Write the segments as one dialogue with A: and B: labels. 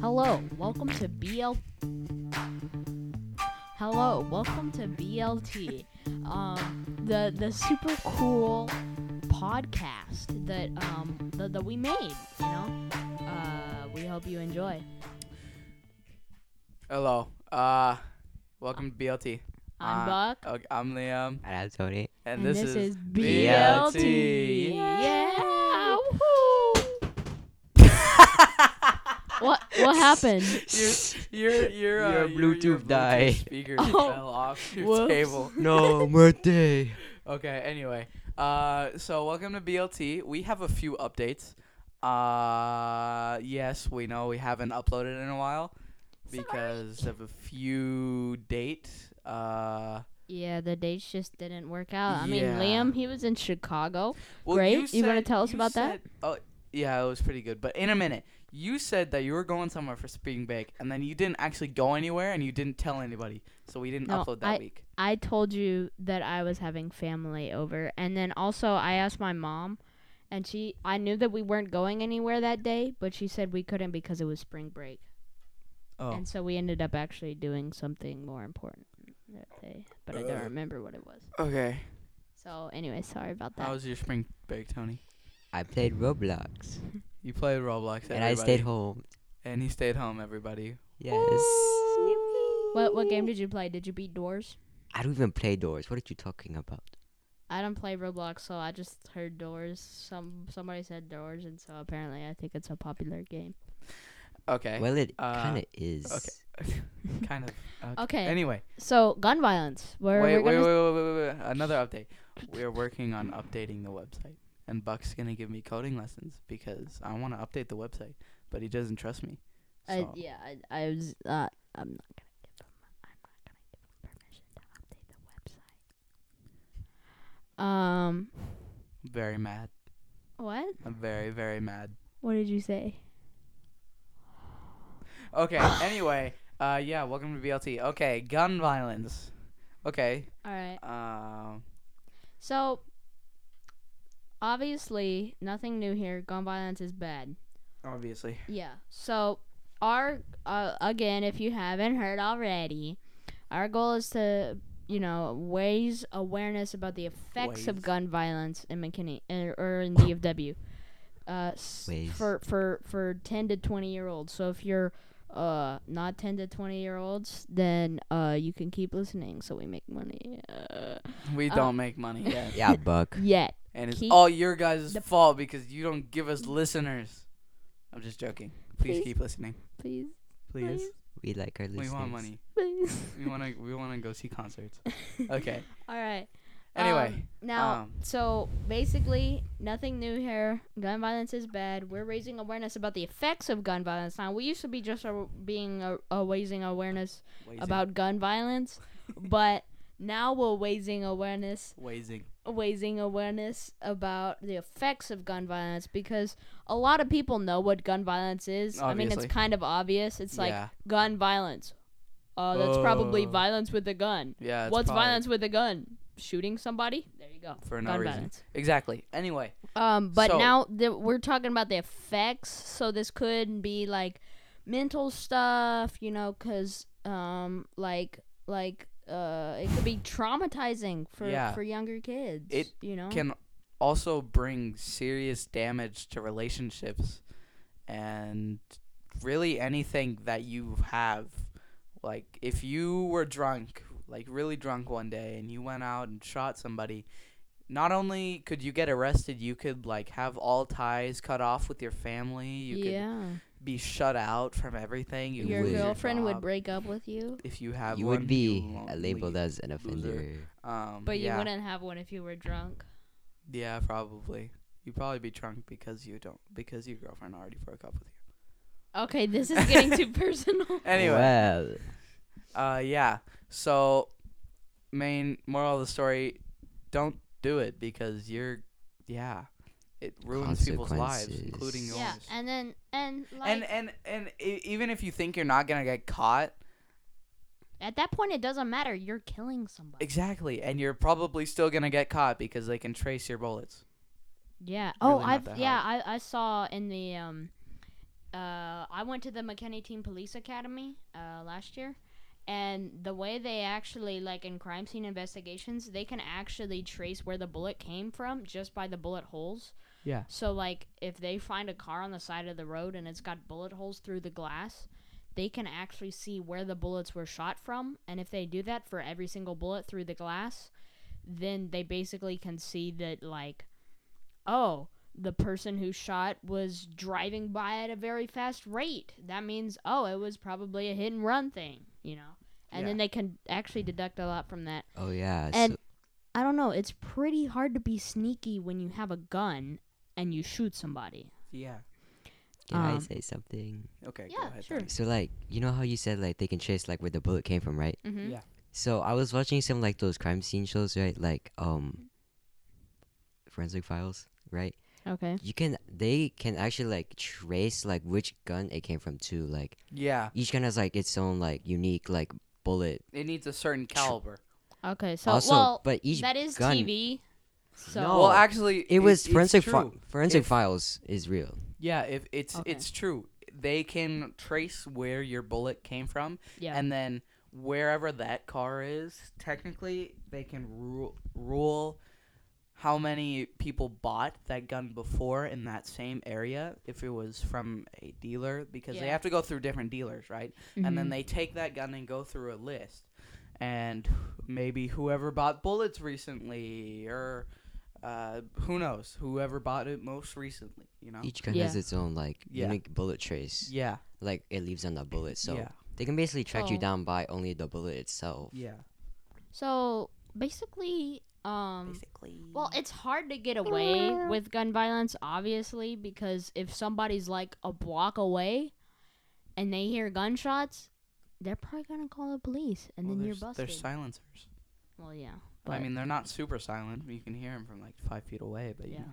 A: Hello, welcome to BL. Hello, welcome to BLT, um, the the super cool podcast that um that, that we made. You know, uh, we hope you enjoy.
B: Hello. Uh, welcome to BLT.
A: I'm
B: Uh,
A: Buck,
B: Okay, I'm Liam,
C: And I'm Tony.
B: and, this, is,
A: BLT.
B: BLT.
A: Yeah. woohoo. What what happened?
B: your your your, uh,
C: Your Bluetooth died.
B: speaker
A: Oh,
B: fell off your
A: whoops.
B: table.
C: No, my day.
B: Okay. Anyway, uh, so welcome to BLT. We have a few updates. Uh, yes, we know we haven't uploaded in a while because of a few dates. Uh,
A: Yeah, the dates just didn't work out. I
B: Yeah.
A: mean, Liam, he was in Chicago.
B: Well,
A: Great. You wanna tell us about that?
B: said- Oh, yeah, it was pretty good. But in a minute, you said that you were going somewhere for spring break, and then you didn't actually go anywhere, and you didn't tell anybody, so we didn't
A: No,
B: upload that
A: I-
B: week.
A: I told you that I was having family over, and then also I asked my mom, and she I knew that we weren't going anywhere that day, but she said we couldn't because it was spring break,
B: Oh,
A: and so we ended up actually doing something more important that day, but I
B: Uh.
A: don't remember what it was.
C: Oh,
B: okay.
A: So anyway, sorry about that.
B: How was your spring break, Tony?
C: I played Roblox.
B: You played Roblox,
C: And I
B: everybody.
C: stayed home.
B: And he stayed home, everybody.
C: Yes.
A: what what game did you play? Did you beat Doors?
C: I don't even play doors. What are you talking about?
A: I don't play Roblox, so I just heard Doors. Some somebody said Doors, and so apparently I think it's a popular game.
B: Okay.
C: Well, it
B: uh,
C: kind of is.
B: kind of. Okay.
A: Okay,
B: Anyway,
A: so gun violence. Where
B: wait,
A: we're
B: wait,
A: gonna
B: wait, wait, wait, wait, wait. Another update. We're working on updating the website, and Buck's gonna give me coding lessons because I want to update the website, but he doesn't trust me.
A: I,
B: so-
A: Uh, yeah, I, I was. Uh, I'm not gonna give him. I'm not gonna give him permission to update the website. Um,
B: Very mad.
A: what?
B: I'm very, very mad.
A: What did you say?
B: Okay, anyway, uh, yeah, welcome to BLT. Okay, gun violence. Okay,
A: All right.
B: um,
A: So, obviously, nothing new here. Gun violence is bad.
B: obviously.
A: Yeah. So, our uh, again, if you haven't heard already, our goal is to you know raise awareness about the effects of
B: Ways.
A: gun violence in McKinney er, or in DFW. Uh, s-
C: Ways.
A: for for for ten to twenty year olds. So if you're uh not ten to twenty year olds, then uh you can keep listening so we make money. Uh,
B: We
A: Uh,
B: don't make money yet.
C: yeah, Buck.
A: yet
B: and it's
A: keep
B: all your guys'
A: the-
B: fault because you don't give us listeners. I'm just joking. Please,
A: Please.
B: keep listening.
A: please
B: Please.
C: We like our listeners.
B: We want money.
A: please.
B: We want to we want to go see concerts. Okay.
A: All right.
B: Anyway,
A: Um, now,
B: um,
A: so basically, nothing new here. Gun violence is bad. We're raising awareness about the effects of gun violence. Now, we used to be just a, being a, a raising awareness
B: wazing.
A: about gun violence, but now we're raising awareness,
B: wazing.
A: raising awareness about the effects of gun violence because a lot of people know what gun violence is. I mean,
B: Obviously.
A: it's kind of obvious. It's like
B: yeah.
A: gun violence. Uh, that's probably
B: Oh.
A: violence with a gun.
B: Yeah. it's
A: What's
B: probably
A: violence with a gun? Shooting somebody? There you go.
B: for no
A: gun
B: reason?
A: violence.
B: Exactly. Anyway,
A: Um, but
B: So-
A: now the, we're talking about the effects. So this could be like mental stuff, you know, because um, like like uh, it could be traumatizing for
B: Yeah.
A: for younger kids.
B: It
A: you know
B: can also bring serious damage to relationships and really anything that you have. Like, if you were drunk, like really drunk one day, and you went out and shot somebody, not only could you get arrested, you could, like, have all ties cut off with your family. You
A: yeah.
B: could be shut out from everything. You could
A: Your
B: lose
A: girlfriend would
B: job.
A: break up with you,
B: If you have
C: You
B: one,
C: would be
B: won't
C: uh,
B: leave.
C: labeled as an offender.
B: Um,
A: but
B: yeah.
A: you wouldn't have one if you were drunk.
B: Yeah, probably. You'd probably be drunk because you don't because your girlfriend already broke up with you.
A: Okay, this is getting too personal.
B: Anyway,
C: Well,
B: uh yeah. So main moral of the story, don't do it because you're yeah. It ruins people's lives,
C: Consequences.
B: including yours.
A: yeah, and then and like
B: and and and e- even if you think you're not gonna get caught,
A: at that point it doesn't matter. You're killing somebody.
B: exactly, and you're probably still gonna get caught because they can trace your bullets.
A: Yeah.
B: really
A: oh,
B: not
A: I've
B: that
A: yeah, I, I saw in the um uh, I went to the McKinney Teen Police Academy uh, last year, and the way they actually like in crime scene investigations, they can actually trace where the bullet came from just by the bullet holes.
B: Yeah.
A: So like, if they find a car on the side of the road and it's got bullet holes through the glass, they can actually see where the bullets were shot from. And if they do that for every single bullet through the glass, then they basically can see that like, oh, the person who shot was driving by at a very fast rate. That means, oh, it was probably a hit and run thing, you know? And then
B: Yeah.
A: they can actually deduct a lot from that.
C: Oh yeah.
A: And
C: so,
A: I don't know, it's pretty hard to be sneaky when you have a gun and you shoot somebody.
B: Yeah.
C: can I
A: um,
C: say something?
B: Okay. go
A: Yeah,
B: ahead,
A: sure.
B: Dom.
C: So like, you know how you said like they can trace like where the bullet came from, right?
A: Mm-hmm.
B: Yeah.
C: So I was watching some like those crime scene shows, right? Like um, Forensic Files, right?
A: Okay.
C: You can they can actually like trace like which gun it came from too. Like
B: Yeah.
C: each gun has like its own like unique like bullet.
B: It needs a certain caliber.
A: Okay, so,
C: also,
A: well,
C: but each
A: that is
C: gun-
A: TV. So,
C: No.
B: Well,
C: Oh,
B: actually,
C: it was
B: it's
C: Forensic Fi-
B: true.
C: Forensic
B: If-
C: Files is real.
B: Yeah, if it's
A: Okay.
B: it's true. They can trace where your bullet came from,
A: yeah.
B: and then wherever that car is, technically, they can rule rule how many people bought that gun before in that same area if it was from a dealer because they
A: Yeah.
B: have to go through different dealers, right? And
A: mm-hmm.
B: then they take that gun and go through a list, and maybe whoever bought bullets recently or. Uh, who knows? Whoever bought it most recently, you know.
C: Each gun has
A: Yeah.
C: its own like
B: Yeah.
C: unique bullet trace.
B: Yeah.
C: Like it leaves on the bullet, so
B: Yeah.
C: they can basically track you
A: Oh.
C: down by only the bullet itself.
B: Yeah.
A: So, basically, um,
B: Basically.
A: Well, it's hard to get away with gun violence, obviously, because if somebody's like a block away and they hear gunshots, they're probably gonna call the police, and then you're busted.
B: There's silencers.
A: well, yeah.
B: I
A: But-
B: mean, they're not super silent. You can hear them from like five feet away, but yeah.
A: Yeah.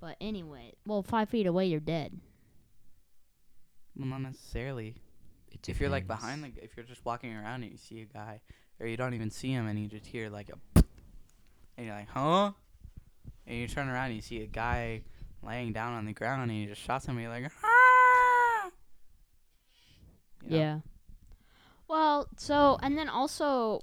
A: But anyway, well, five feet away, you're dead.
B: Well, not necessarily.
C: It
B: If you're like
C: depends.
B: behind the, g- if you're just walking around and you see a guy, or you don't even see him and you just hear like a, and you're like, huh? And you turn around and you see a guy laying down on the ground and you just shot somebody like, ah! You know?
A: Yeah. Well, so and then also,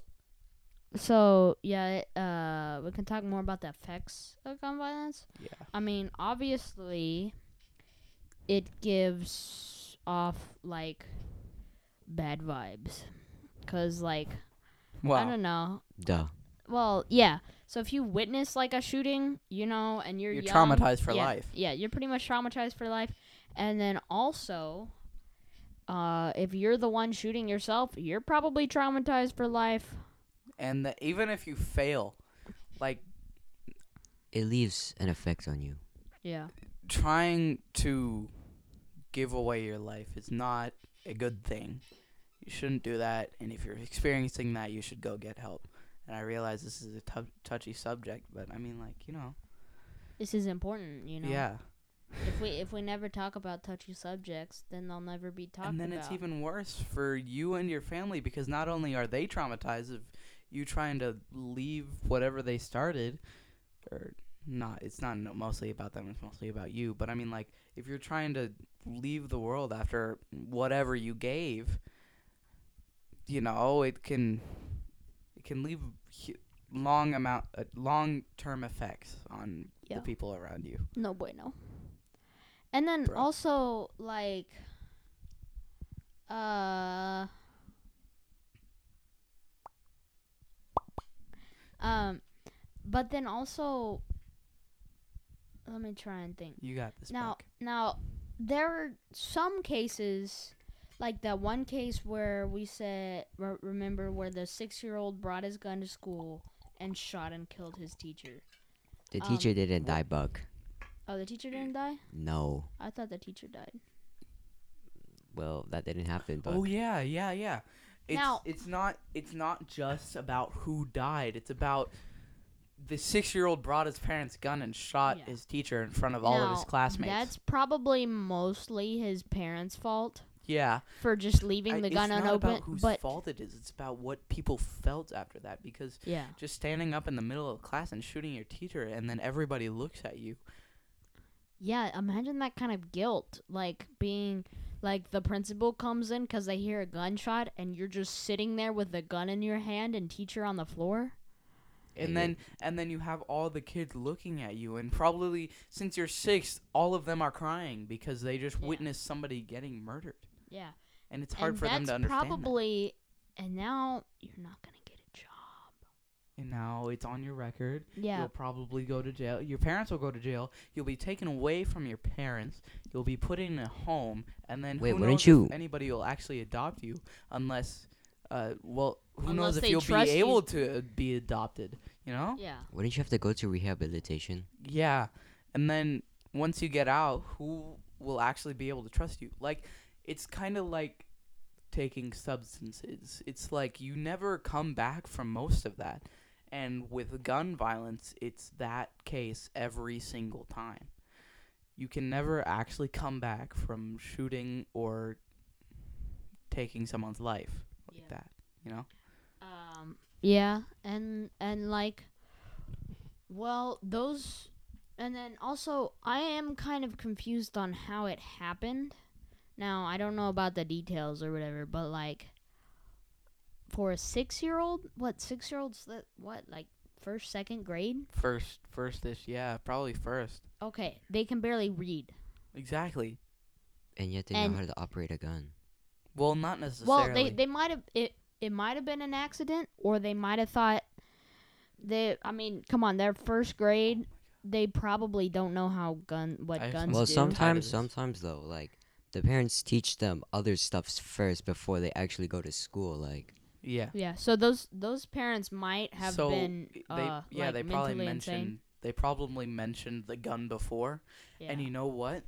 A: so yeah, uh, we can talk more about the effects of gun violence.
B: Yeah.
A: I mean, obviously, it gives off like bad vibes, cause like I
B: Well,
A: don't know.
C: Duh.
A: Well, yeah. So if you witness like a shooting, you know, and you're
B: You're
A: young-
B: traumatized for
A: yeah,
B: life.
A: Yeah, you're pretty much traumatized for life. And then also, uh, if you're the one shooting yourself, you're probably traumatized for life.
B: and the, even if you fail, like
C: It leaves an effect on you.
A: Yeah.
B: trying to give away your life is not a good thing. You shouldn't do that, and if you're experiencing that, you should go get help. And I realize this is a tou- touchy subject, but I mean, like you know,
A: This is important, you know.
B: yeah.
A: If we if we never talk about touchy subjects, then they'll never be talked
B: And then
A: about.
B: it's even worse for you and your family because not only are they traumatized of you trying to leave whatever they started, or not. It's not no- mostly about them. It's mostly about you. But I mean, like, if you're trying to leave the world after whatever you gave, you know, it can it can leave hu- long amount uh, long term effects on
A: Yeah.
B: the people around you.
A: No bueno. And then
B: Bruh.
A: also like uh um but then also let me try and think.
B: You got this.
A: Now
B: Beck.
A: now there are some cases like that one case where we said re- remember where the 6-year-old brought his gun to school and shot and killed his teacher.
C: The
A: Um,
C: teacher didn't die, Buck.
A: Oh, the teacher didn't die?
C: No.
A: I thought the teacher died.
C: Well, that didn't happen, Buck.
B: Oh yeah, yeah, yeah. It's
A: Now-
B: it's not it's not just about who died. It's about the six year old brought his parents' gun and shot
A: Yeah.
B: his teacher in front of all of his
A: Now,
B: classmates.
A: That's probably mostly his parents' fault
B: yeah.
A: for just leaving
B: I-
A: the
B: it's
A: gun
B: not
A: unopened.
B: about whose
A: but
B: fault it is. It's about what people felt after that because
A: yeah,
B: just standing up in the middle of class and shooting your teacher and then everybody looks at you.
A: yeah, imagine that kind of guilt, like being like the principal comes in because they hear a gunshot and you're just sitting there with the gun in your hand and teacher on the floor.
B: And
C: Yeah.
B: then and then you have all the kids looking at you and probably since you're sixth, all of them are crying because they just
A: Yeah.
B: witnessed somebody getting murdered.
A: Yeah,
B: And it's hard
A: and
B: for them
A: that's
B: to understand. Probably
A: probably. And now you're not gonna get a job.
B: and now it's on your record.
A: Yeah,
B: You'll probably go to jail. Your parents will go to jail. You'll be taken away from your parents. You'll be put in a home, and then
C: Wait,
B: who
C: wouldn't
B: knows if
C: you-
B: anybody will actually adopt you, unless, uh, well, who
A: Unless
B: knows if
A: they
B: you'll be
A: trust you.
B: able to be adopted? You know?
A: yeah.
C: Wouldn't you have to go to rehabilitation?
B: Yeah, and then once you get out, who will actually be able to trust you? Like, it's kind of like taking substances. It's like you never come back from most of that. And with gun violence, it's that case every single time. You can never actually come back from shooting or taking someone's life like
A: Yeah.
B: that, you know?
A: Um, yeah, and and like, well, those, and then also, I am kind of confused on how it happened. Now, I don't know about the details or whatever, but like, for a six-year-old, what six-year-olds that what like first, second grade?
B: First, first this, yeah, probably first.
A: Okay, they can barely read.
B: Exactly.
C: And yet they
A: And-
C: know how to operate a gun.
B: Well, not necessarily.
A: Well, they they might have it. It might have been an accident, or they might have thought they. I mean, come on, they're first grade. They probably don't know how gun what
B: I have
A: guns
B: some-
C: Well,
A: do.
B: some-
C: sometimes,
B: this.
C: sometimes though, like the parents teach them other stuffs first before they actually go to school. Like,
B: yeah.
A: yeah, so those those parents might have
B: so
A: been.
B: i-
A: Uh,
B: they, yeah,
A: like
B: they probably
A: mentally
B: mentioned
A: insane.
B: they probably mentioned the gun before.
A: Yeah.
B: And you know what?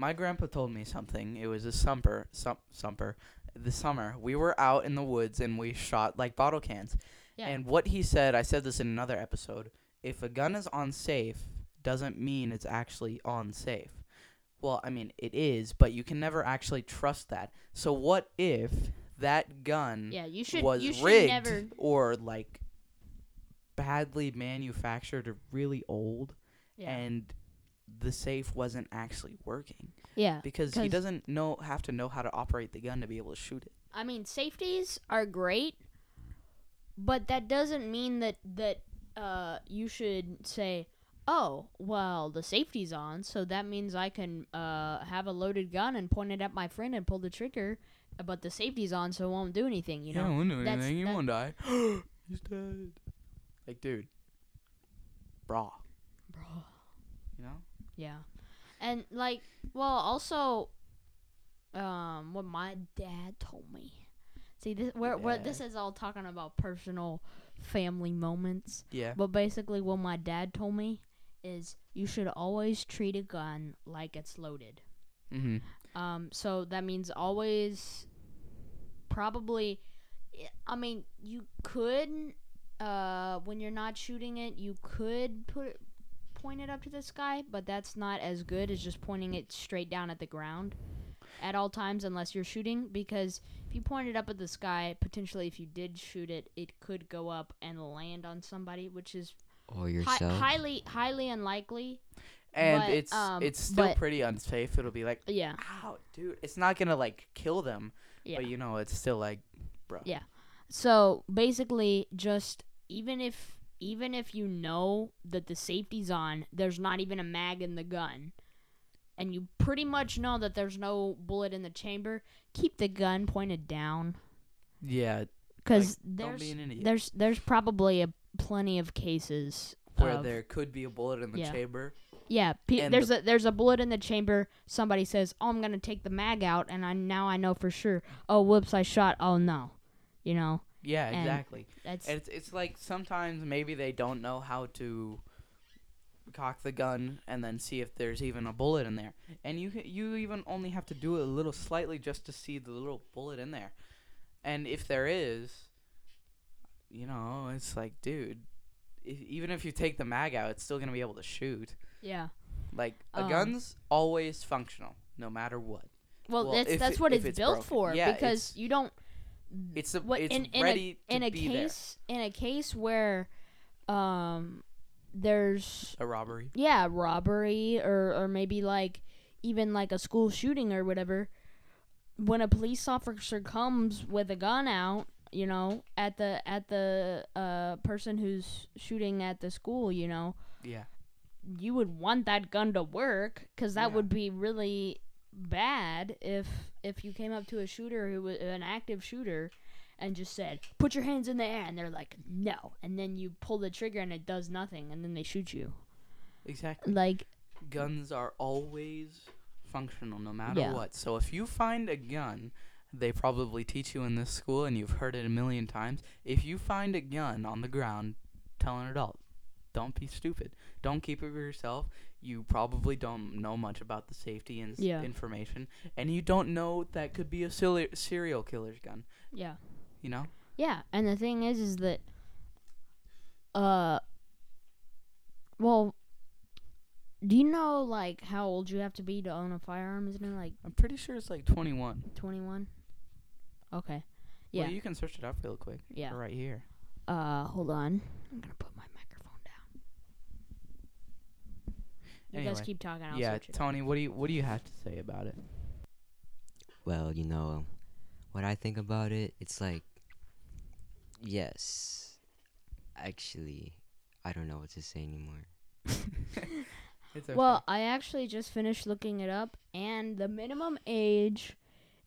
B: My grandpa told me something. It was a sumper, sum, sumper, the summer. We were out in the woods and we shot like bottle cans.
A: Yeah.
B: And what he said, I said this in another episode. If a gun is unsafe, doesn't mean it's actually unsafe. Well, I mean it is, but you can never actually trust that. So what if that gun
A: yeah, you should
B: was
A: you should
B: rigged
A: never.
B: or like badly manufactured or really old
A: Yeah,
B: and the safe wasn't actually working
A: yeah.
B: because he
A: 'Cause-
B: doesn't know have to know how to operate the gun to be able to shoot it.
A: I mean, safeties are great, but that doesn't mean that that uh, you should say, "Oh, well, the safety's on, so that means I can uh, have a loaded gun and point it at my friend and pull the trigger, but the safety's on, so it won't do anything." You know?
B: won't do
A: that's- anything, you that- won't
B: die. He's dead. Like dude, brah,
A: Bro.
B: you know?
A: Yeah, and like, well, also, um, what my dad told me. See, this we're, we're
B: Yeah.
A: this is all talking about personal family moments.
B: Yeah.
A: But basically, what my dad told me is you should always treat a gun like it's loaded.
B: Mm-hmm.
A: Um, so that means always, probably, I mean, you could, uh, when you're not shooting it, you could put it, point it up to the sky, but that's not as good as just pointing it straight down at the ground at all times unless you're shooting because if you point it up at the sky potentially if you did shoot it it could go up and land on somebody which is
C: or
A: Hi-
C: yourself.
A: highly, highly unlikely.
B: And
A: But,
B: it's
A: um,
B: it's still
A: but-
B: pretty unsafe. It'll be like,
A: Yeah,
B: ow, dude, it's not gonna like kill them,
A: yeah.
B: but you know, it's still like, bro.
A: Yeah. So basically, just even if even if you know that the safety's on, there's not even a mag in the gun, and you pretty much know that there's no bullet in the chamber. Keep the gun pointed down,
B: Yeah,
A: because
B: don't
A: there's
B: be an idiot.
A: there's there's probably a plenty of cases
B: where
A: of-
B: there could be a bullet in the
A: Yeah.
B: chamber.
A: Yeah, pe-
B: And
A: there's a there's a bullet in the chamber. Somebody says, "Oh, I'm gonna take the mag out," and I now I know for sure. Oh, whoops, I shot. Oh no, you know
B: Yeah,
A: And-
B: exactly.
A: that's
B: And it's it's like sometimes maybe they don't know how to cock the gun and then see if there's even a bullet in there. And you ca- you even only have to do it a little slightly just to see the little bullet in there. And if there is, you know, it's like, dude, if, even if you take the mag out, it's still gonna be able to shoot.
A: yeah.
B: Like a
A: Um,
B: gun's always functional, no matter what.
A: Well,
B: Well,
A: that's
B: if
A: that's
B: it-
A: what
B: if
A: it's,
B: it's
A: built
B: broken.
A: for
B: Yeah,
A: because
B: it's-
A: you don't
B: It's a,
A: what-
B: it's
A: in- in a-
B: ready
A: in
B: to
A: a
B: be there.
A: case in a case where um there's
B: a robbery.
A: yeah robbery or or maybe like even like a school shooting or whatever when a police officer comes with a gun out you know at the at the uh person who's shooting at the school you know
B: Yeah.
A: you would want that gun to work because that
B: Yeah.
A: would be really bad if if you came up to a shooter who was an active shooter and just said put your hands in the air and they're like no and then you pull the trigger and it does nothing and then they shoot you
B: Exactly.
A: like
B: Guns are always functional no matter
A: Yeah.
B: what. So if you find a gun, they probably teach you in this school and you've heard it a million times. If you find a gun on the ground, tell an adult. Don't be stupid. Don't keep it for yourself. You probably don't know much about the safety and
A: Yeah.
B: information, and you don't know that could be a sili- serial killer's gun.
A: yeah
B: You know?
A: yeah and the thing is is that uh well do you know like how old you have to be to own a firearm isn't it like
B: I'm pretty sure it's like 21.
A: 21 okay
B: Yeah.
A: Yeah.
B: Well, you can search it up real quick.
A: yeah
B: Right here.
A: Uh, hold on. I'm gonna put my microphone down. You guys
B: Anyway.
A: keep talking. I'll
B: yeah,
A: search it.
B: Tony, what do you what do you have to say about it?
C: Well, you know, what I think about it, it's like, yes, actually, I don't know what to say anymore.
B: It's okay.
A: Well, I actually just finished looking it up, and the minimum age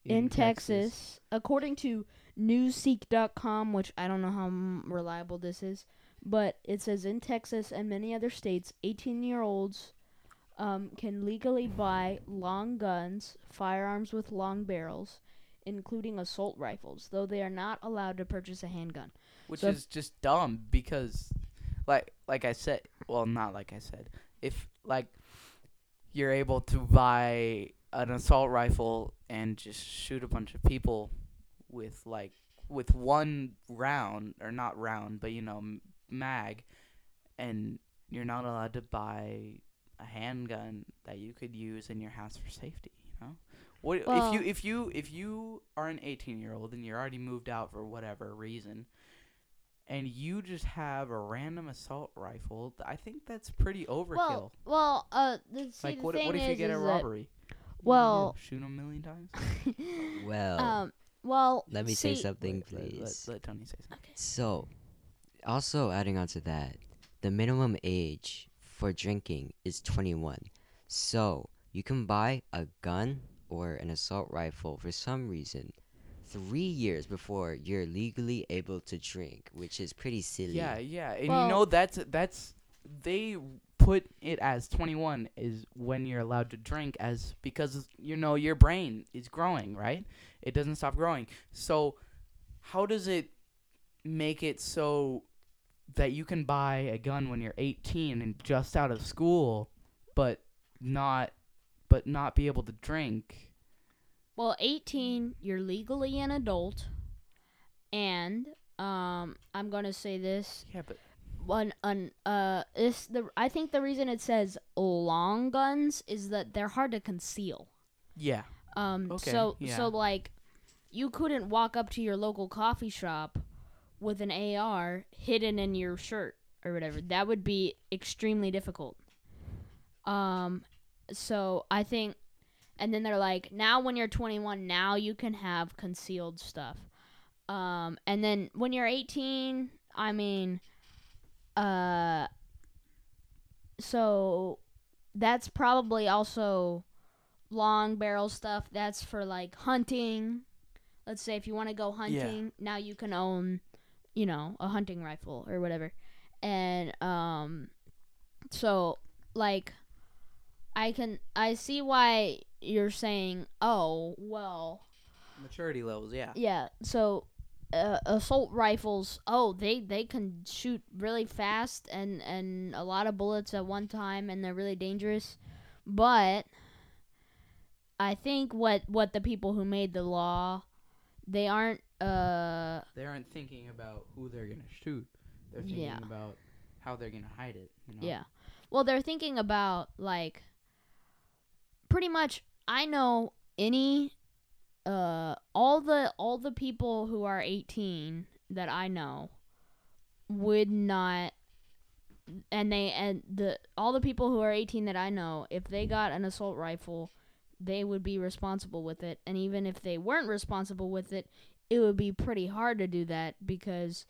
A: in, Texas, according to Newsseek.com, which I don't know how mm, reliable this is, but it says in Texas and many other states, 18-year-olds um, can legally buy long guns, firearms with long barrels, including assault rifles, though they are not allowed to purchase a handgun.
B: which
A: So if-
B: is just dumb because, like like I said, well not like I said, if like you're able to buy an assault rifle and just shoot a bunch of people with like with one round or not round but you know m- mag, and you're not allowed to buy a handgun that you could use in your house for safety. You know. What,
A: Well-
B: if you if you if you are an 18 year old and you're already moved out for whatever reason, and you just have a random assault rifle, th- I think that's pretty overkill.
A: Well, well, uh, the, see,
B: like
A: the
B: what,
A: thing
B: what if you
A: is-
B: get a
A: is that-
B: robbery?
A: well-
B: shoot 'em a million times.
C: Well,
A: um, well,
C: let me say
A: see-
C: something,
B: Let- let-
C: please.
B: Let, let Tony say something.
C: So, also adding on to that, the minimum age for drinking is 21. So, you can buy a gun or an assault rifle for some reason three years before you're legally able to drink, which is pretty silly.
B: Yeah, yeah, and
A: Well-
B: you know that's that's they put it as 21 is when you're allowed to drink as because you know your brain is growing, right? It doesn't stop growing. So how does it make it so that you can buy a gun when you're 18 and just out of school, but not but not be able to drink?
A: Well, 18, you're legally an adult, and um, I'm gonna say this.
B: Yeah, but
A: One, un, uh, this the I think the reason it says long guns is that they're hard to conceal.
B: yeah,
A: Um,
B: Okay,
A: so
B: yeah.
A: so like, you couldn't walk up to your local coffee shop with an AR hidden in your shirt or whatever. That would be extremely difficult. Um, so I think, and then they're like, now when you're 21, now you can have concealed stuff. Um, and then when you're 18, I mean, uh, so that's probably also long barrel stuff. That's for like hunting. Let's say if you want to go hunting, now you can own, you know, a hunting rifle or whatever. And um so like I can I see why you're saying, "Oh, well,
B: maturity levels, yeah.
A: yeah, so uh, assault rifles, oh, they they can shoot really fast and and a lot of bullets at one time and they're really dangerous. But I think what what the people who made the law, they aren't uh
B: they aren't thinking about who they're gonna shoot. They're thinking
A: Yeah.
B: about how they're gonna hide it. You know?
A: Yeah. Well, they're thinking about like pretty much I know any uh all the all the people who are 18 that I know would not and they and the all the people who are 18 that I know, if they got an assault rifle, they would be responsible with it. And even if they weren't responsible with it, it would be pretty hard to do that because,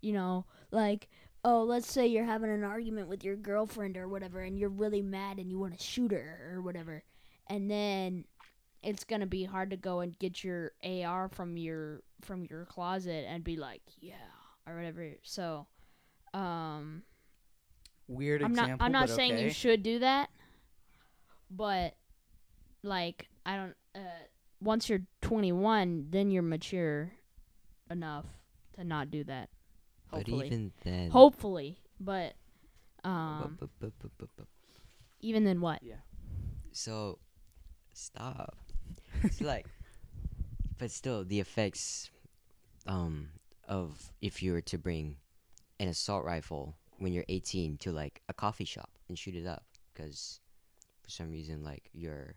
A: you know, like oh, let's say you're having an argument with your girlfriend or whatever, and you're really mad and you want to shoot her or whatever, and then it's gonna be hard to go and get your AR from your from your closet and be like, yeah, or whatever. So, um,
B: Weird
A: I'm not
B: example.
A: I'm not
B: but
A: saying
B: okay.
A: you should do that, but like I don't. Uh, once you're 21, then you're mature enough to not do that.
C: But
A: Hopefully,
C: even then.
A: hopefully, but
C: bu-
A: um,
C: bu- bu- bu- bu- bu-
A: even then what?
C: So, stop. It's like, but still, the effects, um, of if you were to bring an assault rifle when you're 18 to like a coffee shop and shoot it up, because for some reason, like you're,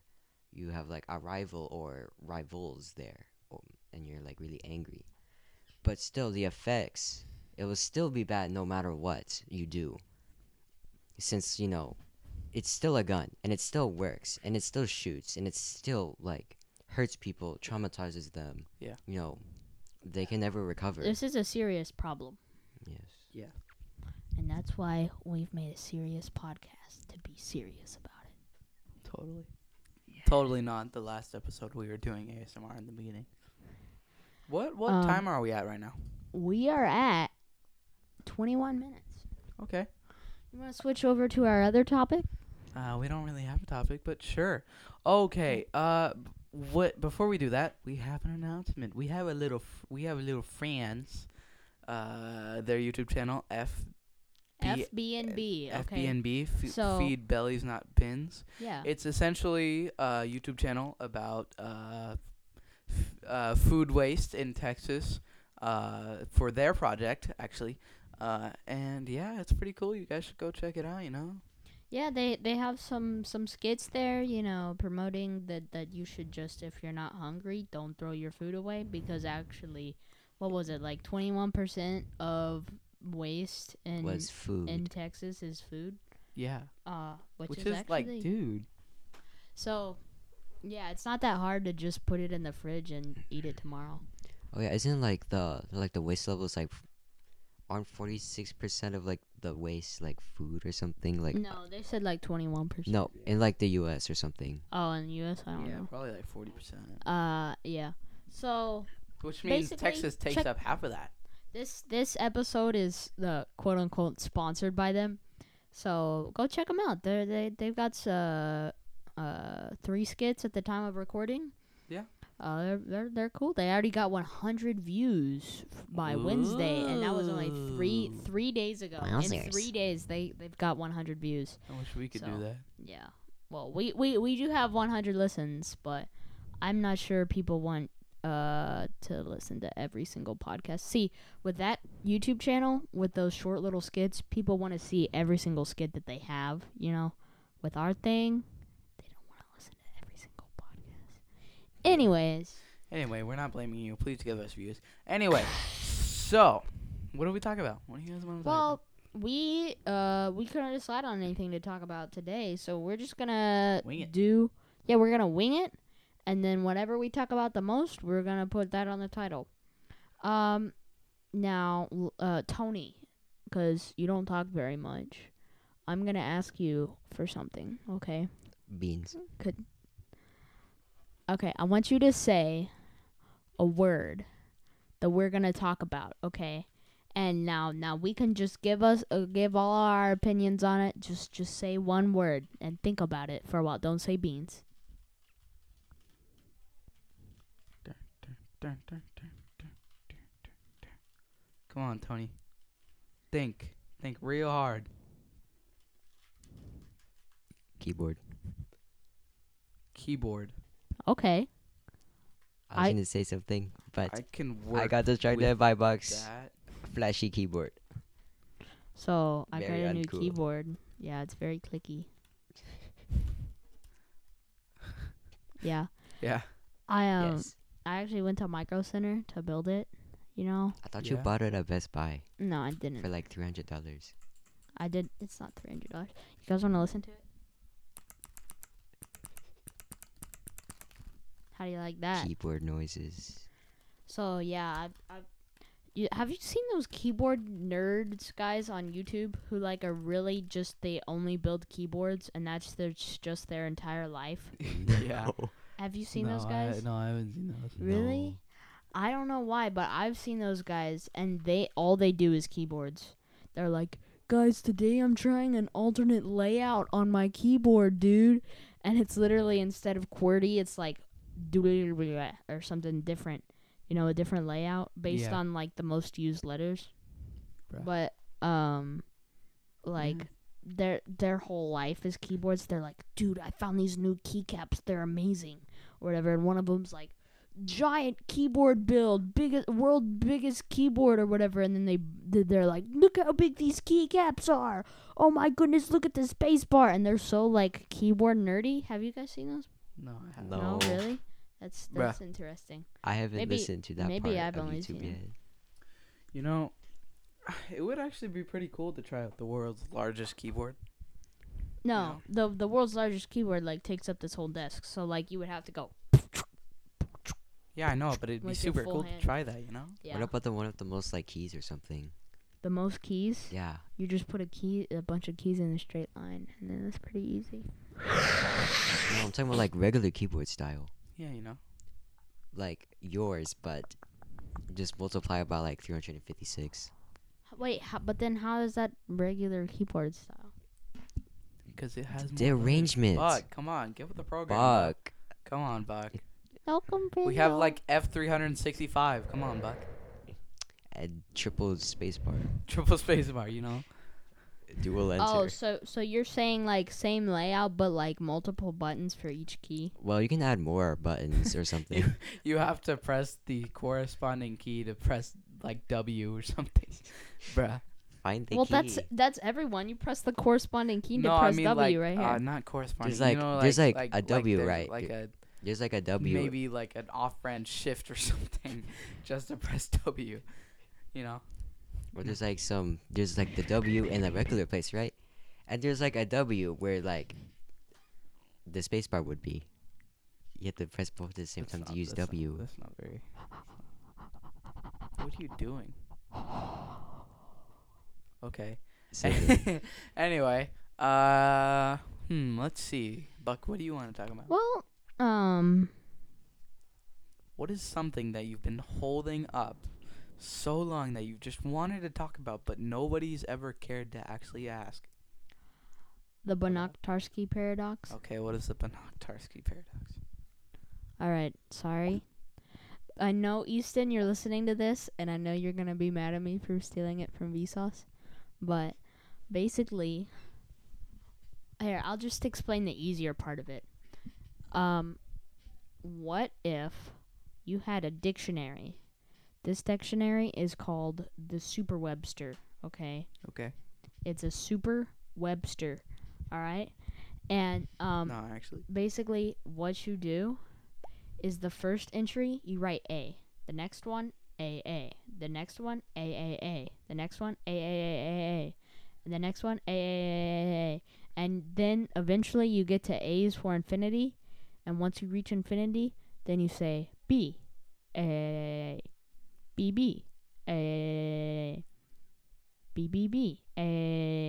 C: you have like a rival or rivals there, um, and you're like really angry. But still, the effects, it will still be bad no matter what you do, since you know it's still a gun and it still works and it still shoots and it still like hurts people traumatizes them
B: Yeah.
C: you know they can never recover
A: This is a serious problem,
C: yes
A: and that's why we've made a serious podcast to be serious about it.
B: Totally. Totally not the last episode we were doing ASMR in the beginning. What what
A: Um,
B: time are we at right now?
A: We are at 21 minutes.
B: Okay.
A: You want to switch over to our other topic?
B: Uh, we don't really have a topic, but sure. Okay. Uh, b- what? Before we do that, we have an announcement. We have a little. F- we have a little friends. Uh, their YouTube channel F B- uh,
A: FBNB. Okay.
B: FBNB fe-
A: So-
B: feed bellies not pins.
A: yeah.
B: It's essentially a YouTube channel about uh, f- uh, food waste in Texas uh, for their project, actually. Uh, and yeah, it's pretty cool. You guys should go check it out, you know?
A: yeah, they they have some some skits there, you know, promoting that that you should just if you're not hungry, don't throw your food away because actually what was it? Like 21% of waste in
C: was food
A: in Texas is food.
B: Yeah.
A: Uh, which,
B: Which
A: is,
B: is like,
A: actually
B: dude.
A: so. Yeah, it's not that hard to just put it in the fridge and eat it tomorrow.
C: oh yeah isn't like the like the waste level is like f- aren't 46% of like the waste like food or something like
A: no, they said like twenty one percent.
C: no in like the US or something
A: Oh, in the U.S., I don't
B: Yeah, probably like 40%.
A: know. Uh, yeah. So
B: Which means
A: Basically,
B: Texas takes
A: check-
B: up half of that.
A: this this episode is the quote unquote sponsored by them. So go check them out. They they they've got uh uh three skits at the time of recording.
B: Yeah.
A: Uh, they're they're they're cool. They already got one hundred views f- by Wednesday, and that was only three
B: Ooh.
A: three days ago. In
C: Wowzers.
A: three days, they they've got one hundred views.
B: I wish we could
A: So-
B: do that.
A: Yeah. Well, we, we, we do have 100 listens, but I'm not sure people want uh to listen to every single podcast. See, with that YouTube channel, with those short little skits, people want to see every single skit that they have, you know. With our thing, they don't want to listen to every single podcast. Anyways,
B: Anyway, we're not blaming you. Please give us views. Anyway, so, what do we talk about? What do you guys want to talk about?
A: well, we uh we couldn't decide on anything to talk about today, so we're just gonna
B: Wing it.
A: do yeah, we're gonna wing it, and then whatever we talk about the most, we're gonna put that on the title. Um, now l- uh Tony, because you don't talk very much, I'm gonna ask you for something, okay?
C: beans
A: Mm. Okay, I want you to say a word that we're gonna talk about, okay? And now, now we can just give us uh, give all our opinions on it. Just just say one word and think about it for a while. Don't say beans.
B: Dun, dun, dun, dun, dun, dun, dun. Come on, Tony. Think. Think real hard.
C: keyboard
B: Keyboard.
A: Okay.
C: I was
A: I-
C: gonna say something but
B: I can
C: I,
B: work.
C: got distracted
B: with
C: by Buck's
B: that.
C: flashy keyboard
A: So I got
C: Very
A: a new
C: uncool.
A: keyboard. Yeah, it's very clicky. yeah,
B: Yeah.
A: I um
C: yes
A: I actually went to Micro Center to build it. You know?
C: I thought you
B: yeah.
C: bought it at Best Buy
A: No, I
C: for
A: didn't.
C: like $300
A: I did. It's not three hundred dollars. You guys want to listen to it? How do you like that?
C: Keyboard noises.
A: So yeah, I've, I've, you, have you seen those keyboard nerds guys on YouTube who like are really just they only build keyboards and that's their just their entire life?
B: yeah.
C: No.
A: Have you seen
B: no,
A: those guys?
B: I, no, I haven't seen those.
A: Really? I don't know why, but I've seen those guys and they all they do is keyboards. They're like, "Guys, today I'm trying an alternate layout on my keyboard, dude." And it's literally instead of QWERTY, it's like or something different. You know, a different layout based
B: Yeah.
A: on like the most used letters.
B: Bruh.
A: But um like their their whole life is keyboards. They're like, dude, I found these new keycaps. They're amazing, or whatever. And one of them's like, giant keyboard build, biggest world biggest keyboard or whatever. And then they they- they're like, look how big these keycaps are. Oh my goodness, look at this space bar. And they're so like keyboard nerdy. Have you guys seen those?
B: No, I haven't.
C: No.
A: really. That's
B: Bruh.
A: that's interesting.
C: I haven't
A: Maybe-
C: listened to that
A: maybe
C: part
A: I've
C: of
A: only
C: YouTube
A: seen
C: yet.
A: it.
B: You know, it would actually be pretty cool to try out the world's largest keyboard.
A: No, the the world's largest keyboard like takes up this whole desk. So like you would have to go.
B: Yeah, I know, but it'd be
A: With your
B: super
A: full
B: cool
A: hand.
B: to try that. You know?
A: Yeah.
C: What about the one with the most like keys or something?
A: the most keys?
C: Yeah.
A: You just put a key, a bunch of keys in a straight line, and then that's pretty easy.
C: No, I'm talking about like regular keyboard style,
B: Yeah, you know.
C: like yours, but just multiply it by like 356.
A: Wait, how, but then how is that regular keyboard style?
B: Because it has.
C: The arrangement.
B: Buck, come on, get with the program. Buck,
C: Fuck.
B: come on, Buck.
A: Welcome,
B: We have like F three hundred and sixty five. Come on, Buck.
C: And triple spacebar.
B: Triple space bar. You know.
C: Dual enter.
A: Oh, so so you're saying like same layout, but like multiple buttons for each key?
C: Well, you can add more buttons or something.
B: You have to press the corresponding key to press like W or something, bruh.
C: Find the
A: well,
C: key.
A: that's that's everyone. You press the corresponding key
B: no,
A: to press
B: I mean
A: W
B: like
A: right here.
B: uh, not corresponding.
C: like-
B: you know,
C: there's
B: like,
C: like a
B: like
C: W,
B: there's
C: right?
B: Like a
C: There's like a W.
B: maybe like an off-brand shift or something, just to press W. You know.
C: Or there's like some. There's like the W in the regular place, right? And there's like a W where like the spacebar would be. You have to press both at the same
B: That's
C: time
B: not-
C: to use
B: that's not-
C: W.
B: that's not very. What are you doing? Okay.
C: So
B: anyway, uh, hmm, let's see. Buck, what do you want to talk about?
A: well, um,
B: What is something that you've been holding up so long that you've just wanted to talk about, but nobody's ever cared to actually ask?
A: the Bonaktarsky paradox.
B: Okay, what is the Bonaktarsky paradox?
A: All right, sorry. I know Easton, you're listening to this, and I know you're gonna be mad at me for stealing it from Vsauce, but basically, here I'll just explain the easier part of it. Um, what if you had a dictionary? This dictionary is called the Super Webster. Okay,
B: Okay.
A: it's a Super Webster. All right, and um,
B: no, actually.
A: basically what you do is the first entry you write A, the next one A A, the next one A A A, the next one A A A A A, and the next one A A A A A, and then eventually you get to A's for infinity, and once you reach infinity, then you say B A A A A, B B A A A A, B B B A A A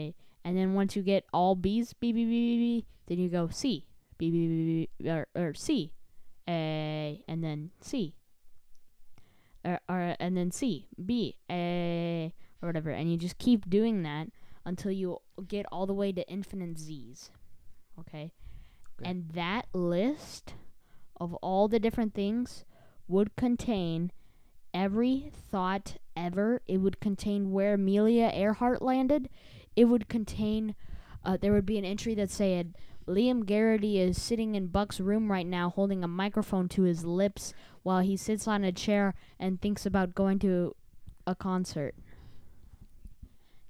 A: A, and then once you get all B's B B B B B, then you go C B B B B or, or C, A, and then C, or, or and then C B A or whatever, and you just keep doing that until you get all the way to infinite Z's, okay?
B: Okay.
A: And that list of all the different things would contain every thought ever. It would contain where Amelia Earhart landed. It would contain. Uh, there would be an entry that said Liam Garrity is sitting in Buck's room right now holding a microphone to his lips while he sits on a chair and thinks about going to a concert.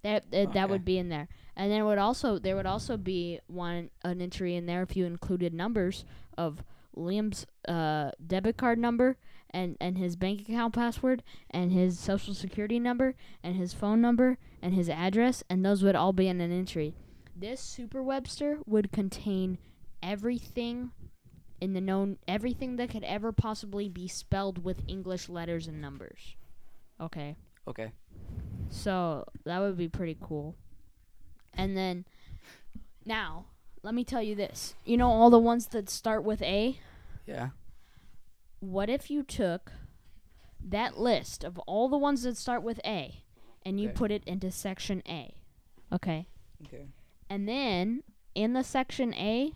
A: That that, that
B: Okay.
A: would be in there. And there would also there would also be one an entry in there if you included numbers of Liam's uh, debit card number and and his bank account password and his social security number and his phone number and his address and those would all be in an entry. This super webster would contain everything in the known everything that could ever possibly be spelled with English letters and numbers. Okay.
B: Okay.
A: So that would be pretty cool. And then now, let me tell you this. You know all the ones that start with A?
B: Yeah.
A: What if you took that list of all the ones that start with A and you
B: Okay.
A: put it into section A? Okay.
B: Okay.
A: And then in the section A,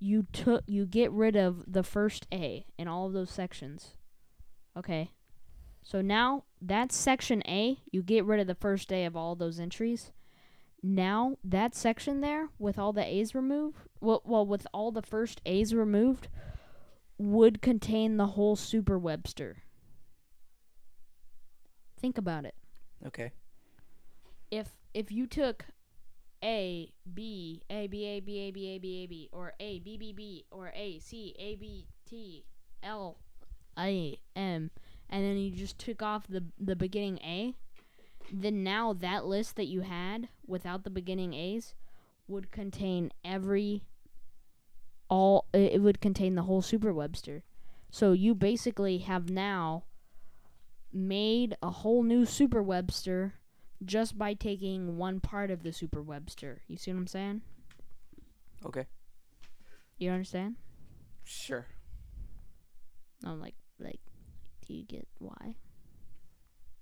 A: you took you get rid of the first A in all of those sections. Okay. So now that's section A, you get rid of the first A of all those entries. Now that section there with all the A's removed, well, well with all the first A's removed would contain the whole super webster. Think about it
B: Okay.
A: if if you took A B A B A B A B A B A B or A B B B or A C A B T L I M and then you just took off the the beginning A, then now that list that you had without the beginning A's would contain every all it it would contain the whole super webster. So you basically have now made a whole new super webster just by taking one part of the super webster. You see what I'm saying?
B: Okay.
A: You understand?
B: Sure.
A: I'm like like do you get why?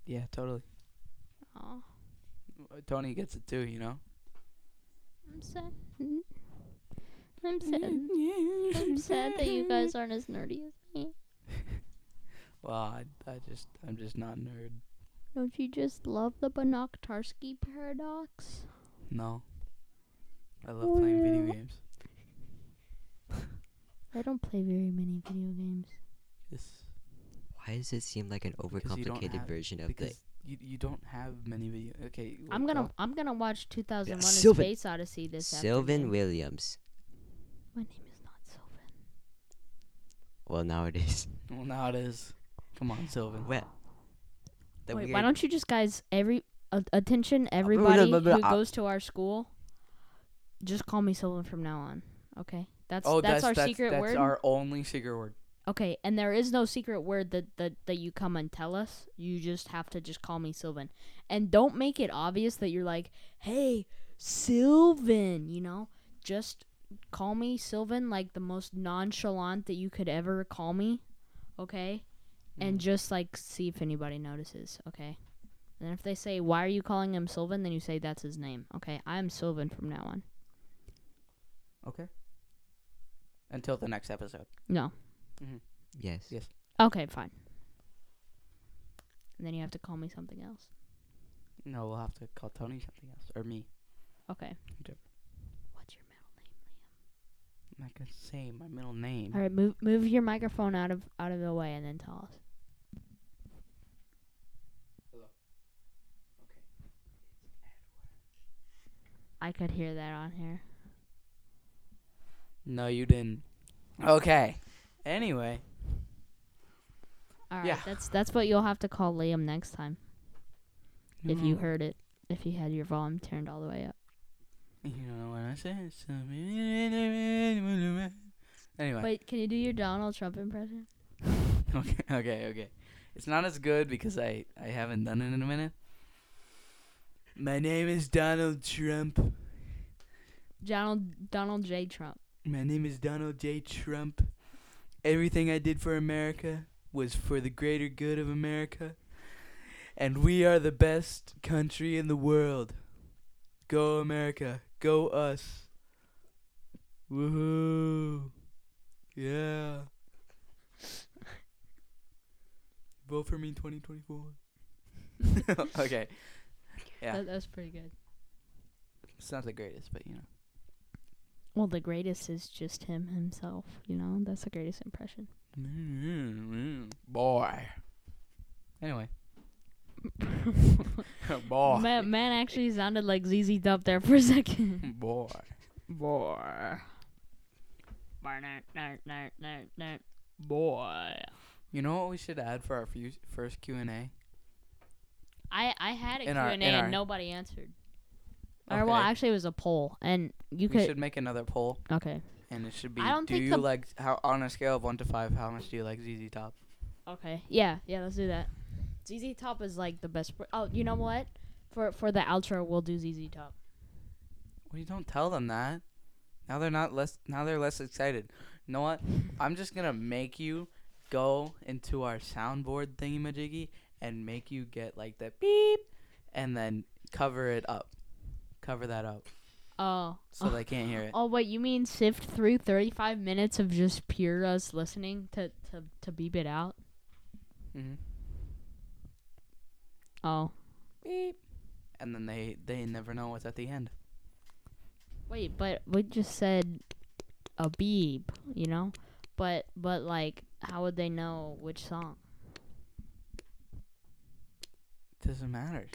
B: Yeah, totally.
A: Oh,
B: Uh, Tony gets it too, you know?
A: I'm sad. I'm sad. I'm sad that you guys aren't as nerdy as me.
B: Well, I, I just, I'm just not a nerd.
A: Don't you just love the Banach-Tarski paradox?
B: No. I love
A: Oh,
B: playing
A: yeah.
B: video games.
A: I don't play very many video games.
B: Yes.
C: Why does it seem like an
B: Because you don't
C: overcomplicated
B: have-
C: version of the
B: Because you, you don't have many video. Okay. well,
A: I'm gonna
B: go-
A: I'm gonna watch 2001: A
C: Sylvan-
A: Space Odyssey this
C: Sylvan
A: afternoon.
C: Williams?
A: My name is not Sylvan.
C: Well, nowadays.
B: Well, now it is. Come on, Sylvan.
C: Well, the
A: Wait,
C: weird,
A: why don't you just guys every uh, attention everybody
C: blah, blah,
A: who
C: uh,
A: goes to our school, just call me Sylvan from now on. Okay, that's
B: oh,
A: that's,
B: that's,
A: our
B: that's,
A: secret
B: that's
A: word.
B: our only secret word.
A: okay, and there is no secret word that, that that you come and tell us. You just have to just call me Sylvan, and don't make it obvious that you're like, hey, Sylvan. You know, just call me Sylvan like the most nonchalant that you could ever call me. Okay and just like see if anybody notices, okay? And if they say, "Why are you calling him Sylvan?" then you say, "That's his name." Okay, I am Sylvan from now on.
B: Okay. Until the next episode.
A: No.
C: Yes.
B: Yeah.
A: Okay, fine. And then you have to call me something else.
B: No, we'll have to call Tony something else. Or me.
A: Okay.
B: Whatever.
A: What's your middle name,
B: I'm not going to say my middle name.
A: Liam? All right, move move your microphone out of out of the way and then tell us. I could hear that on here.
B: No, you didn't. Okay. Anyway.
A: All right,
B: Yeah.
A: that's that's what you'll have to call Liam next time if you
B: Mm.
A: heard it. If you had your volume turned all the way up.
B: You know what I said? Anyway.
A: Wait, can you do your Donald Trump impression?
B: Okay, okay, okay. It's not as good because I, I haven't done it in a minute. My name is Donald Trump.
A: Donald Donald J. Trump.
B: My name is Donald J. Trump. Everything I did for America was for the greater good of America. And we are the best country in the world. Go America. Go us. Woohoo. Yeah. Vote for me 2024. okay. Yeah.
A: That, that was pretty good.
B: It's not the greatest, but you know.
A: Well, the greatest is just him himself. You know, that's the greatest impression.
B: Boy. Mm-hmm. Anyway. Boy.
A: Man, man actually sounded like ZZ Top there for a second.
B: Boy.
A: Boy. Boy.
B: You know what we should add for our fu- first Q and A?
A: I, I had a
B: In
A: Q&A
B: our- in
A: and
B: our-
A: nobody answered. Or, well,
B: Okay.
A: actually, it was a poll, and you
B: We
A: could.
B: should make another poll,
A: Okay.
B: and it should be:
A: I don't
B: Do
A: think
B: you
A: the-
B: like how on a scale of one to five, how much do you like ZZ Top?
A: Okay. Yeah. Yeah. Let's do that. ZZ Top is like the best. Pr- oh, you know what? For for the outro, we'll do ZZ Top.
B: Well, you don't tell them that. Now they're not less. Now they're less excited. You know what? I'm just gonna make you go into our soundboard thingamajiggy and make you get like the beep, and then cover it up, cover that up,
A: Oh.
B: so they can't hear it.
A: Oh wait, you mean sift through 35 minutes of just pure us listening to to to beep it out?
B: hmm
A: Oh.
B: Beep, and then they they never know what's at the end.
A: Wait, but we just said a beep, you know? But but like how would they know which song?
B: Doesn't matter.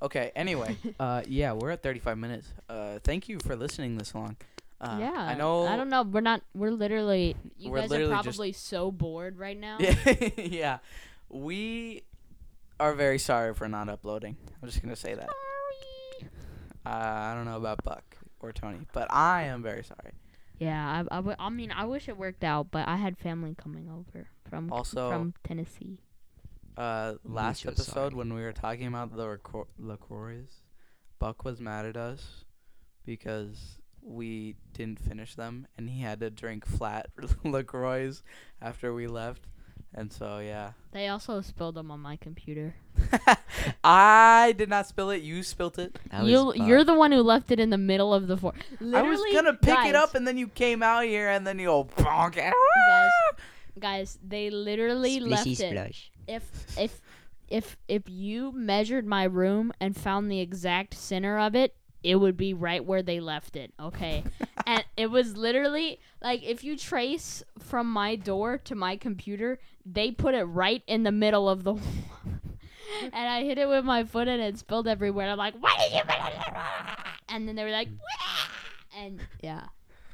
B: Okay. Anyway, uh, yeah, we're at 35 minutes. Uh, thank you for listening this long. Uh,
A: yeah.
B: I know.
A: I don't know. We're not we're literally you
B: We're
A: guys
B: literally
A: are
B: just-
A: probably so bored right now.
B: Yeah, yeah. We are very sorry for not uploading. I'm just gonna say that.
A: Sorry.
B: Uh, I don't know about Buck or Tony, but I am very sorry.
A: Yeah, I, I, w- I mean, I wish it worked out, but I had family coming over from
B: Also-
A: from Tennessee.
B: Uh,
C: We
B: last
C: feel
B: episode
C: sorry.
B: when we were talking about the LaCro- LaCroix, Buck was mad at us because we didn't finish them, and he had to drink flat LaCroix after we left. And so, yeah.
A: They also spilled them on my computer.
B: I did not spill it. You spilt it.
C: That
A: You
C: was
A: you're
C: Buck.
A: the one who left it in the middle of the floor.
B: uh, I was gonna pick it up, and then you came out here, and then you go bonk it.
A: Guys. guys. They literally left
C: Splitty
A: it.
C: splash.
A: If if if if you measured my room and found the exact center of it, it would be right where they left it. Okay, and it was literally like if you trace from my door to my computer, they put it right in the middle of the wall. and I hit it with my foot and it spilled everywhere. I'm like, why did you put it everywhere?" And then they were like, "Wah!" and yeah.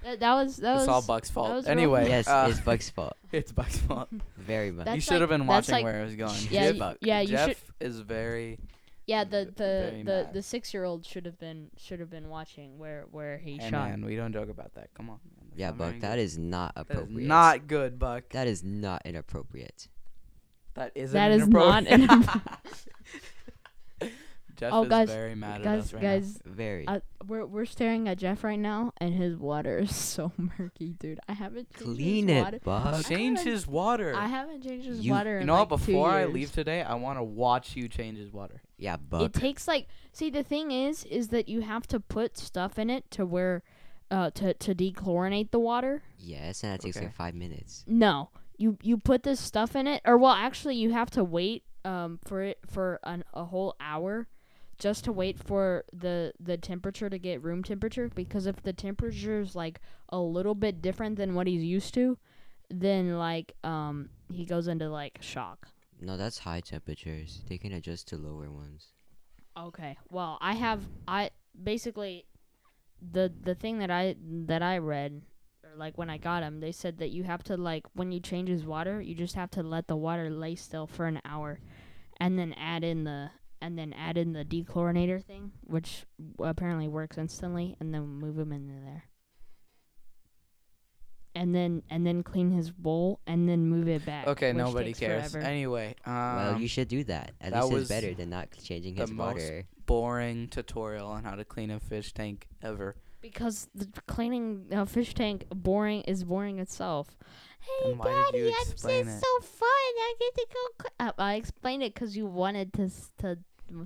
A: That, that was that
B: It's
A: was
B: all Buck's
A: that
B: fault.
A: was real-
B: Anyway,
C: Yes,
B: uh,
C: it's Buck's fault.
B: it's Buck's fault.
C: Very much.
A: That's
B: you should have
A: like-
B: been
A: that's
B: watching
A: like-
B: where it was going.
A: yeah,
B: Jeff,
A: you- yeah, you
B: Jeff
A: should-
B: is very
A: yeah the the
B: Very
A: the,
B: mad.
A: the six year old should have been should have been watching where where he
B: Hey,
A: shot.
B: man, we don't joke about that. Come on. Man.
C: Yeah, Buck, that is not
B: that is
C: appropriate.
B: not good, Buck.
C: That is not inappropriate.
B: That isn't
A: That is not inappropriate.
B: Jeff
A: Oh,
B: is
A: guys,
B: very mad at
A: guys
B: us right now.
A: guys
C: Very.
A: uh, we're we're staring at Jeff right now and his water is so murky, dude. I haven't changed
C: Clean
A: his
C: it,
A: water.
C: Buck.
B: Change
A: haven't-
B: his water.
A: I haven't changed his
C: You-
A: water.
B: you
A: in
B: know what?
A: like two
B: Before I
A: years.
B: leave today, I want to watch you change his water.
C: Yeah, Buck.
A: It takes like see the thing is is that you have to put stuff in it to where uh to to dechlorinate the water.
C: yes, and that takes
B: Okay.
C: like five minutes.
A: No. You you put this stuff in it or well actually you have to wait um for it for an, a whole hour just to wait for the the temperature to get room temperature because if the temperature is like a little bit different than what he's used to then like um he goes into like shock.
C: No, that's high temperatures. They can adjust to lower ones.
A: Okay. Well, I have I basically the the thing that I that I read or like when I got him, they said that you have to like when you change his water, you just have to let the water lay still for an hour and then add in the and then add in the dechlorinator thing, which apparently works instantly and then move him into there. And then and then clean his bowl and then move it back.
B: Okay,
A: which
B: nobody
A: takes
B: cares.
A: forever.
B: Anyway, um,
C: well, you should do that. At
B: that
C: least
B: was
C: it's better than not changing
B: the
C: his
B: most-
C: water.
B: boring tutorial on how to clean a fish tank ever.
A: Because the cleaning a fish tank boring is boring itself. Hey,
B: Then why did you
A: Daddy, I'm-
B: explain
A: it's
B: it?
A: so fun. I get to go. Cl- uh, I, I explained it because you wanted to s- to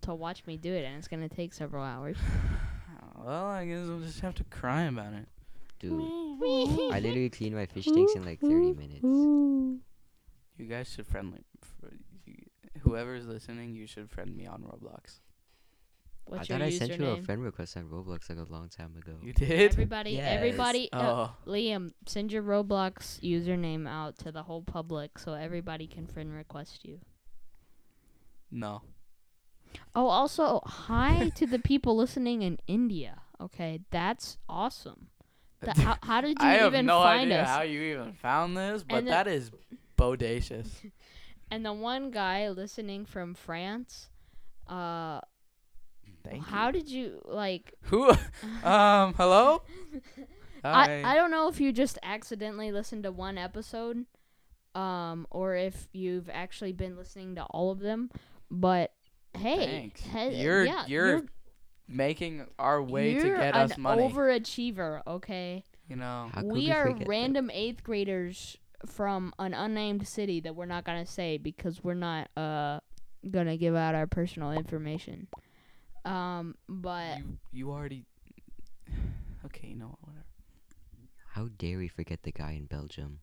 A: to watch me do it, and it's gonna take several hours.
B: Well, I guess I'll just have to cry about it.
C: Dude, I literally cleaned my fish tanks in like 30 minutes.
A: Wait,
B: You guys should friendly. fr- you- Whoever's listening, you should friend me on Roblox.
A: What's
C: I
A: your
C: thought I sent you a
A: username?
C: friend request on Roblox like a long time ago.
B: You did?
A: Everybody,
C: Yes.
A: everybody, uh,
B: Oh,
A: Liam, send your Roblox username out to the whole public so everybody can friend request you.
B: no.
A: Oh, also, hi to the people listening in India. Okay, that's awesome. That, how, how did you
B: I have
A: even
B: no
A: find
B: idea
A: us?
B: how you even found this, but
A: And the-
B: that is bodacious.
A: and the one guy listening from France, uh,
B: Thank
A: how
B: you.
A: did you like?
B: Who? Um. Hello.
A: I,
B: Hi.
A: I don't know if you just accidentally listened to one episode, um, or if you've actually been listening to all of them. But hey,
B: Thanks.
A: he-
B: You're-
A: yeah,
B: you're Making our way to
A: you're
B: get us
A: an
B: money.
A: overachiever. Okay,
B: you know.
C: How could
A: we
C: we
A: are
C: forget that?
A: random eighth graders from an unnamed city that we're not gonna say because we're not uh gonna give out our personal information. Um, but
B: You, you already. Okay. You know what? Whatever.
C: How dare we forget the guy in Belgium?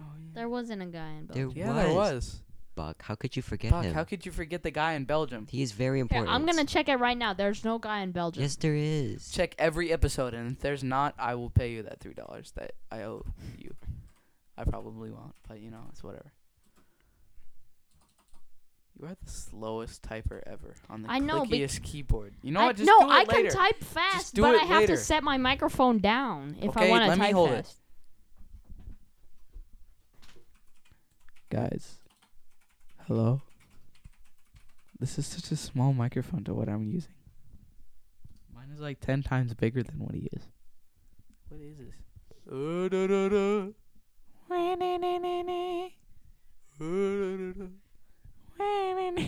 B: Oh yeah.
A: there wasn't a guy in
C: There
A: Belgium.
B: yeah, there
C: was.
B: was.
C: Buck, how could you forget
B: Fuck,
C: him?
B: how could you forget the guy in Belgium?
C: he is very
A: Here,
C: important.
A: I'm gonna check it right now. There's no guy in Belgium.
C: Yes, there is.
B: Check every episode, and if there's not, I will pay you that three dollars that I owe you. I probably won't, but you know, it's whatever. You are the slowest typer ever on the
A: I know, be-
B: clickiest keyboard. You know
A: I-
B: what? Just
A: no,
B: do it
A: I
B: later.
A: can type fast,
B: do
A: but
B: it
A: I have
B: later.
A: to set my microphone down if I
B: Okay,
A: want to
B: let
A: type
B: me hold it.
A: fast.
B: Guys, hello. This is such a small microphone to what I'm using. Mine is like ten times bigger than what he is. What is this? Uh, da, da, da. Wah, na, na, na, na. Uh, da, da, da. Wah, na, na.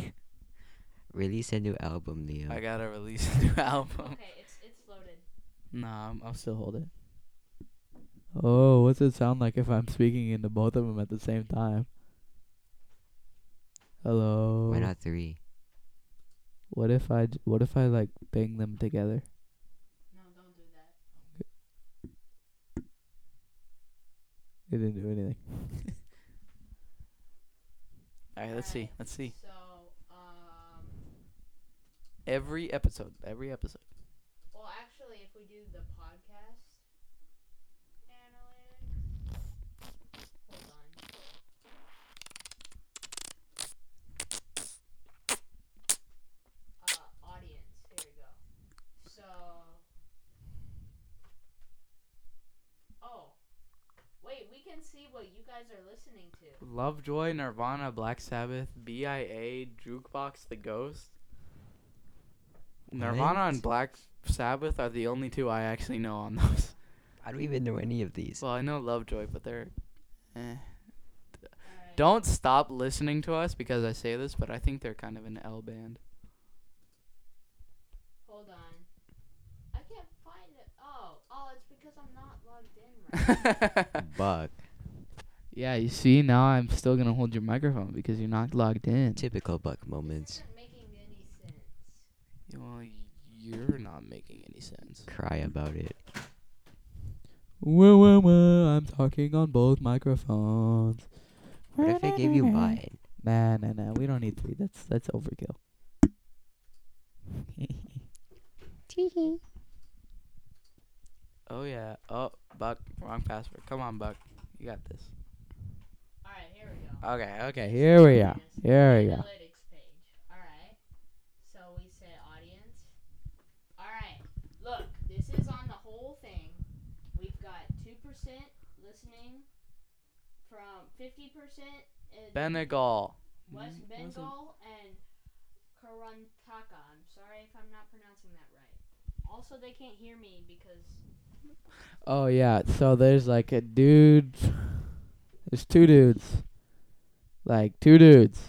C: Release a new album, Leo.
B: I gotta release a new album.
A: it's it's loaded.
B: Nah, I'm, I'll still hold it. Oh, what's it sound like if I'm speaking into both of them at the same time? Hello.
C: Why not three?
B: What if I j- what if I like bang them together?
A: No, don't do that.
B: It didn't do anything. All right, let's see. Let's see.
A: So, um,
B: Every episode, every episode.
A: well, actually, if we do the podcast analytics, hold on. Uh, audience, here we go. So, oh, wait, we can see what you guys are listening to.
B: Lovejoy, Nirvana, Black Sabbath, BIA, Jukebox the Ghost. Nirvana and
C: What?
B: Black Sabbath are the only two I actually know on those.
C: I don't even know any of these.
B: Well, I know Lovejoy, but they're eh. Don't stop listening to us because I say this, but I think they're kind of an L band.
A: Hold on. I can't find it. Oh, oh, it's because I'm not logged in right.
C: Buck,
B: yeah, you see, now I'm still gonna hold your microphone because you're not logged in.
C: typical Buck moments.
A: isn't making any sense.
B: Well, you're not making any sense.
C: Cry about it.
B: Whoa, whoa, whoa! I'm talking on both microphones.
C: What if I gave you mine?
B: Nah, nah, nah. We don't need three. That's that's overkill. oh yeah. Oh, Buck. Wrong password. Come on, Buck. You got this.
A: All right, here we go.
B: Okay. Okay. Here we are. Here we go.
A: Analytics page. All right. So we say audience. All right. Look, this is on the whole thing. We've got two percent listening from fifty percent in
B: Benegal.
A: West
B: Mm, wasn't-
A: Bengal and Karnataka. I'm sorry if I'm not pronouncing that right. Also, they can't hear me because
B: Oh yeah, so there's like a dude. There's two dudes. Like two dudes.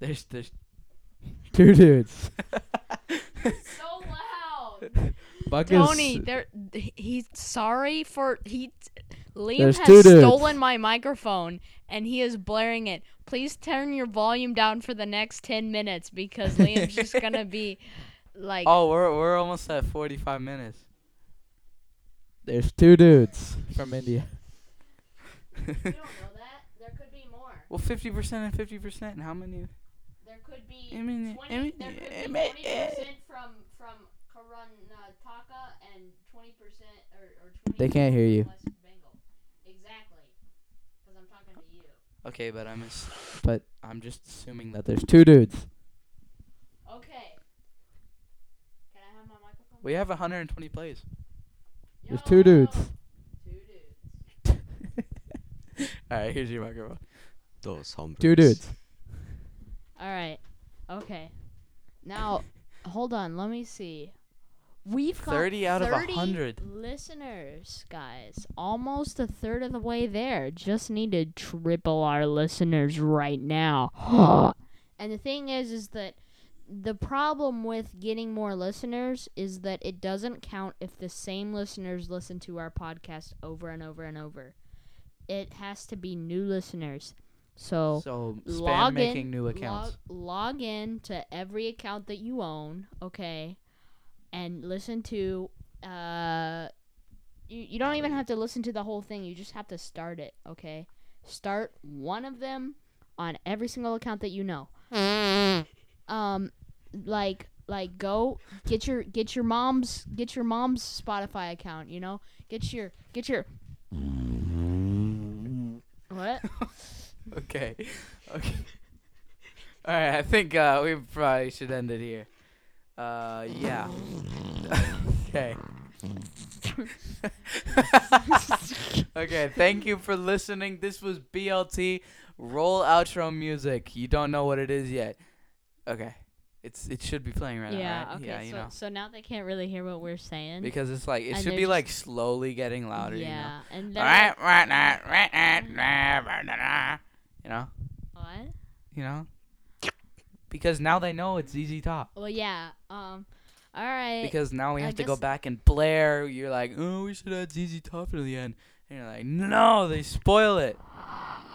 B: There's there's two dudes.
A: so loud.
B: Buck is-
D: Tony, there he- he's sorry for he Liam
B: There's two
D: has
B: dudes.
D: stolen my microphone and he is blaring it. Please turn your volume down for the next 10 minutes because Liam's just going to be like
B: Oh, we're we're almost at 45 minutes. There's two dudes from India.
A: We don't know that. There could be more.
B: well, 50% and 50%. And how many?
A: There could be
B: I mean, I
A: 20.
B: mean,
A: there could
B: I
A: be
B: mean,
A: 20
B: eh.
A: percent from from Karnataka and 20 percent or or 20.
B: They can't hear you.
A: West Bengal. Exactly. Because I'm talking to you.
B: Okay, but I'm ass- but I'm just assuming that there's two dudes.
A: Okay. Can I have my microphone?
B: We have 120 plays.
E: There's two dudes.
B: All right, here's your microphone.
C: Those hombres.
E: Two dudes.
A: All right. Okay. Now, hold on. Let me see. We've got
B: 30 out of
A: 30
B: 100.
A: listeners, guys. Almost a third of the way there. Just need to triple our listeners right now. and the thing is, is that the problem with getting more listeners is that it doesn't count if the same listeners listen to our podcast over and over and over. It has to be new listeners. So
B: So spam
A: log in,
B: making new accounts.
A: Log, log in to every account that you own, okay, and listen to. Uh, you you don't even have to listen to the whole thing. You just have to start it, okay? Start one of them on every single account that you know. um, like like go get your get your mom's get your mom's Spotify account. You know, get your get your. What?
B: Okay. Okay. All right. I think uh, we probably should end it here. Uh, yeah. okay. okay. Thank you for listening. This was BLT. Roll outro music. You don't know what it is yet. Okay. It's it should be playing right now.
A: Yeah.
B: Right?
A: Okay.
B: yeah. You
A: so,
B: know.
A: so now they can't really hear what we're saying.
B: Because it's like it
A: and
B: should
A: they're
B: be like slowly getting louder.
A: yeah. And
B: You know.
A: then
B: Right, right, right, right, right, right, right, right. You know.
A: what?
B: you know? Because now they know it's easy Top.
A: Well, yeah. Um. All right.
B: Because now we
A: I
B: have to go
A: guess-
B: back and blare. You're like, oh, we should add ZZ Top to the end. And you're like, no, they spoil it.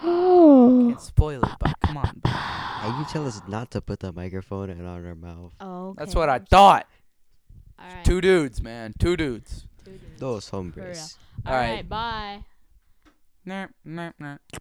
B: Can't spoil it, but come on. bud.
C: And you tell us not to put the microphone in on our mouth.
A: oh. Okay.
B: That's what I thought.
A: All right.
B: Two dudes, man. Two dudes.
C: Those hombres.
A: All
B: All
A: right.
B: right.
A: Bye.
B: Nah, nah, nah.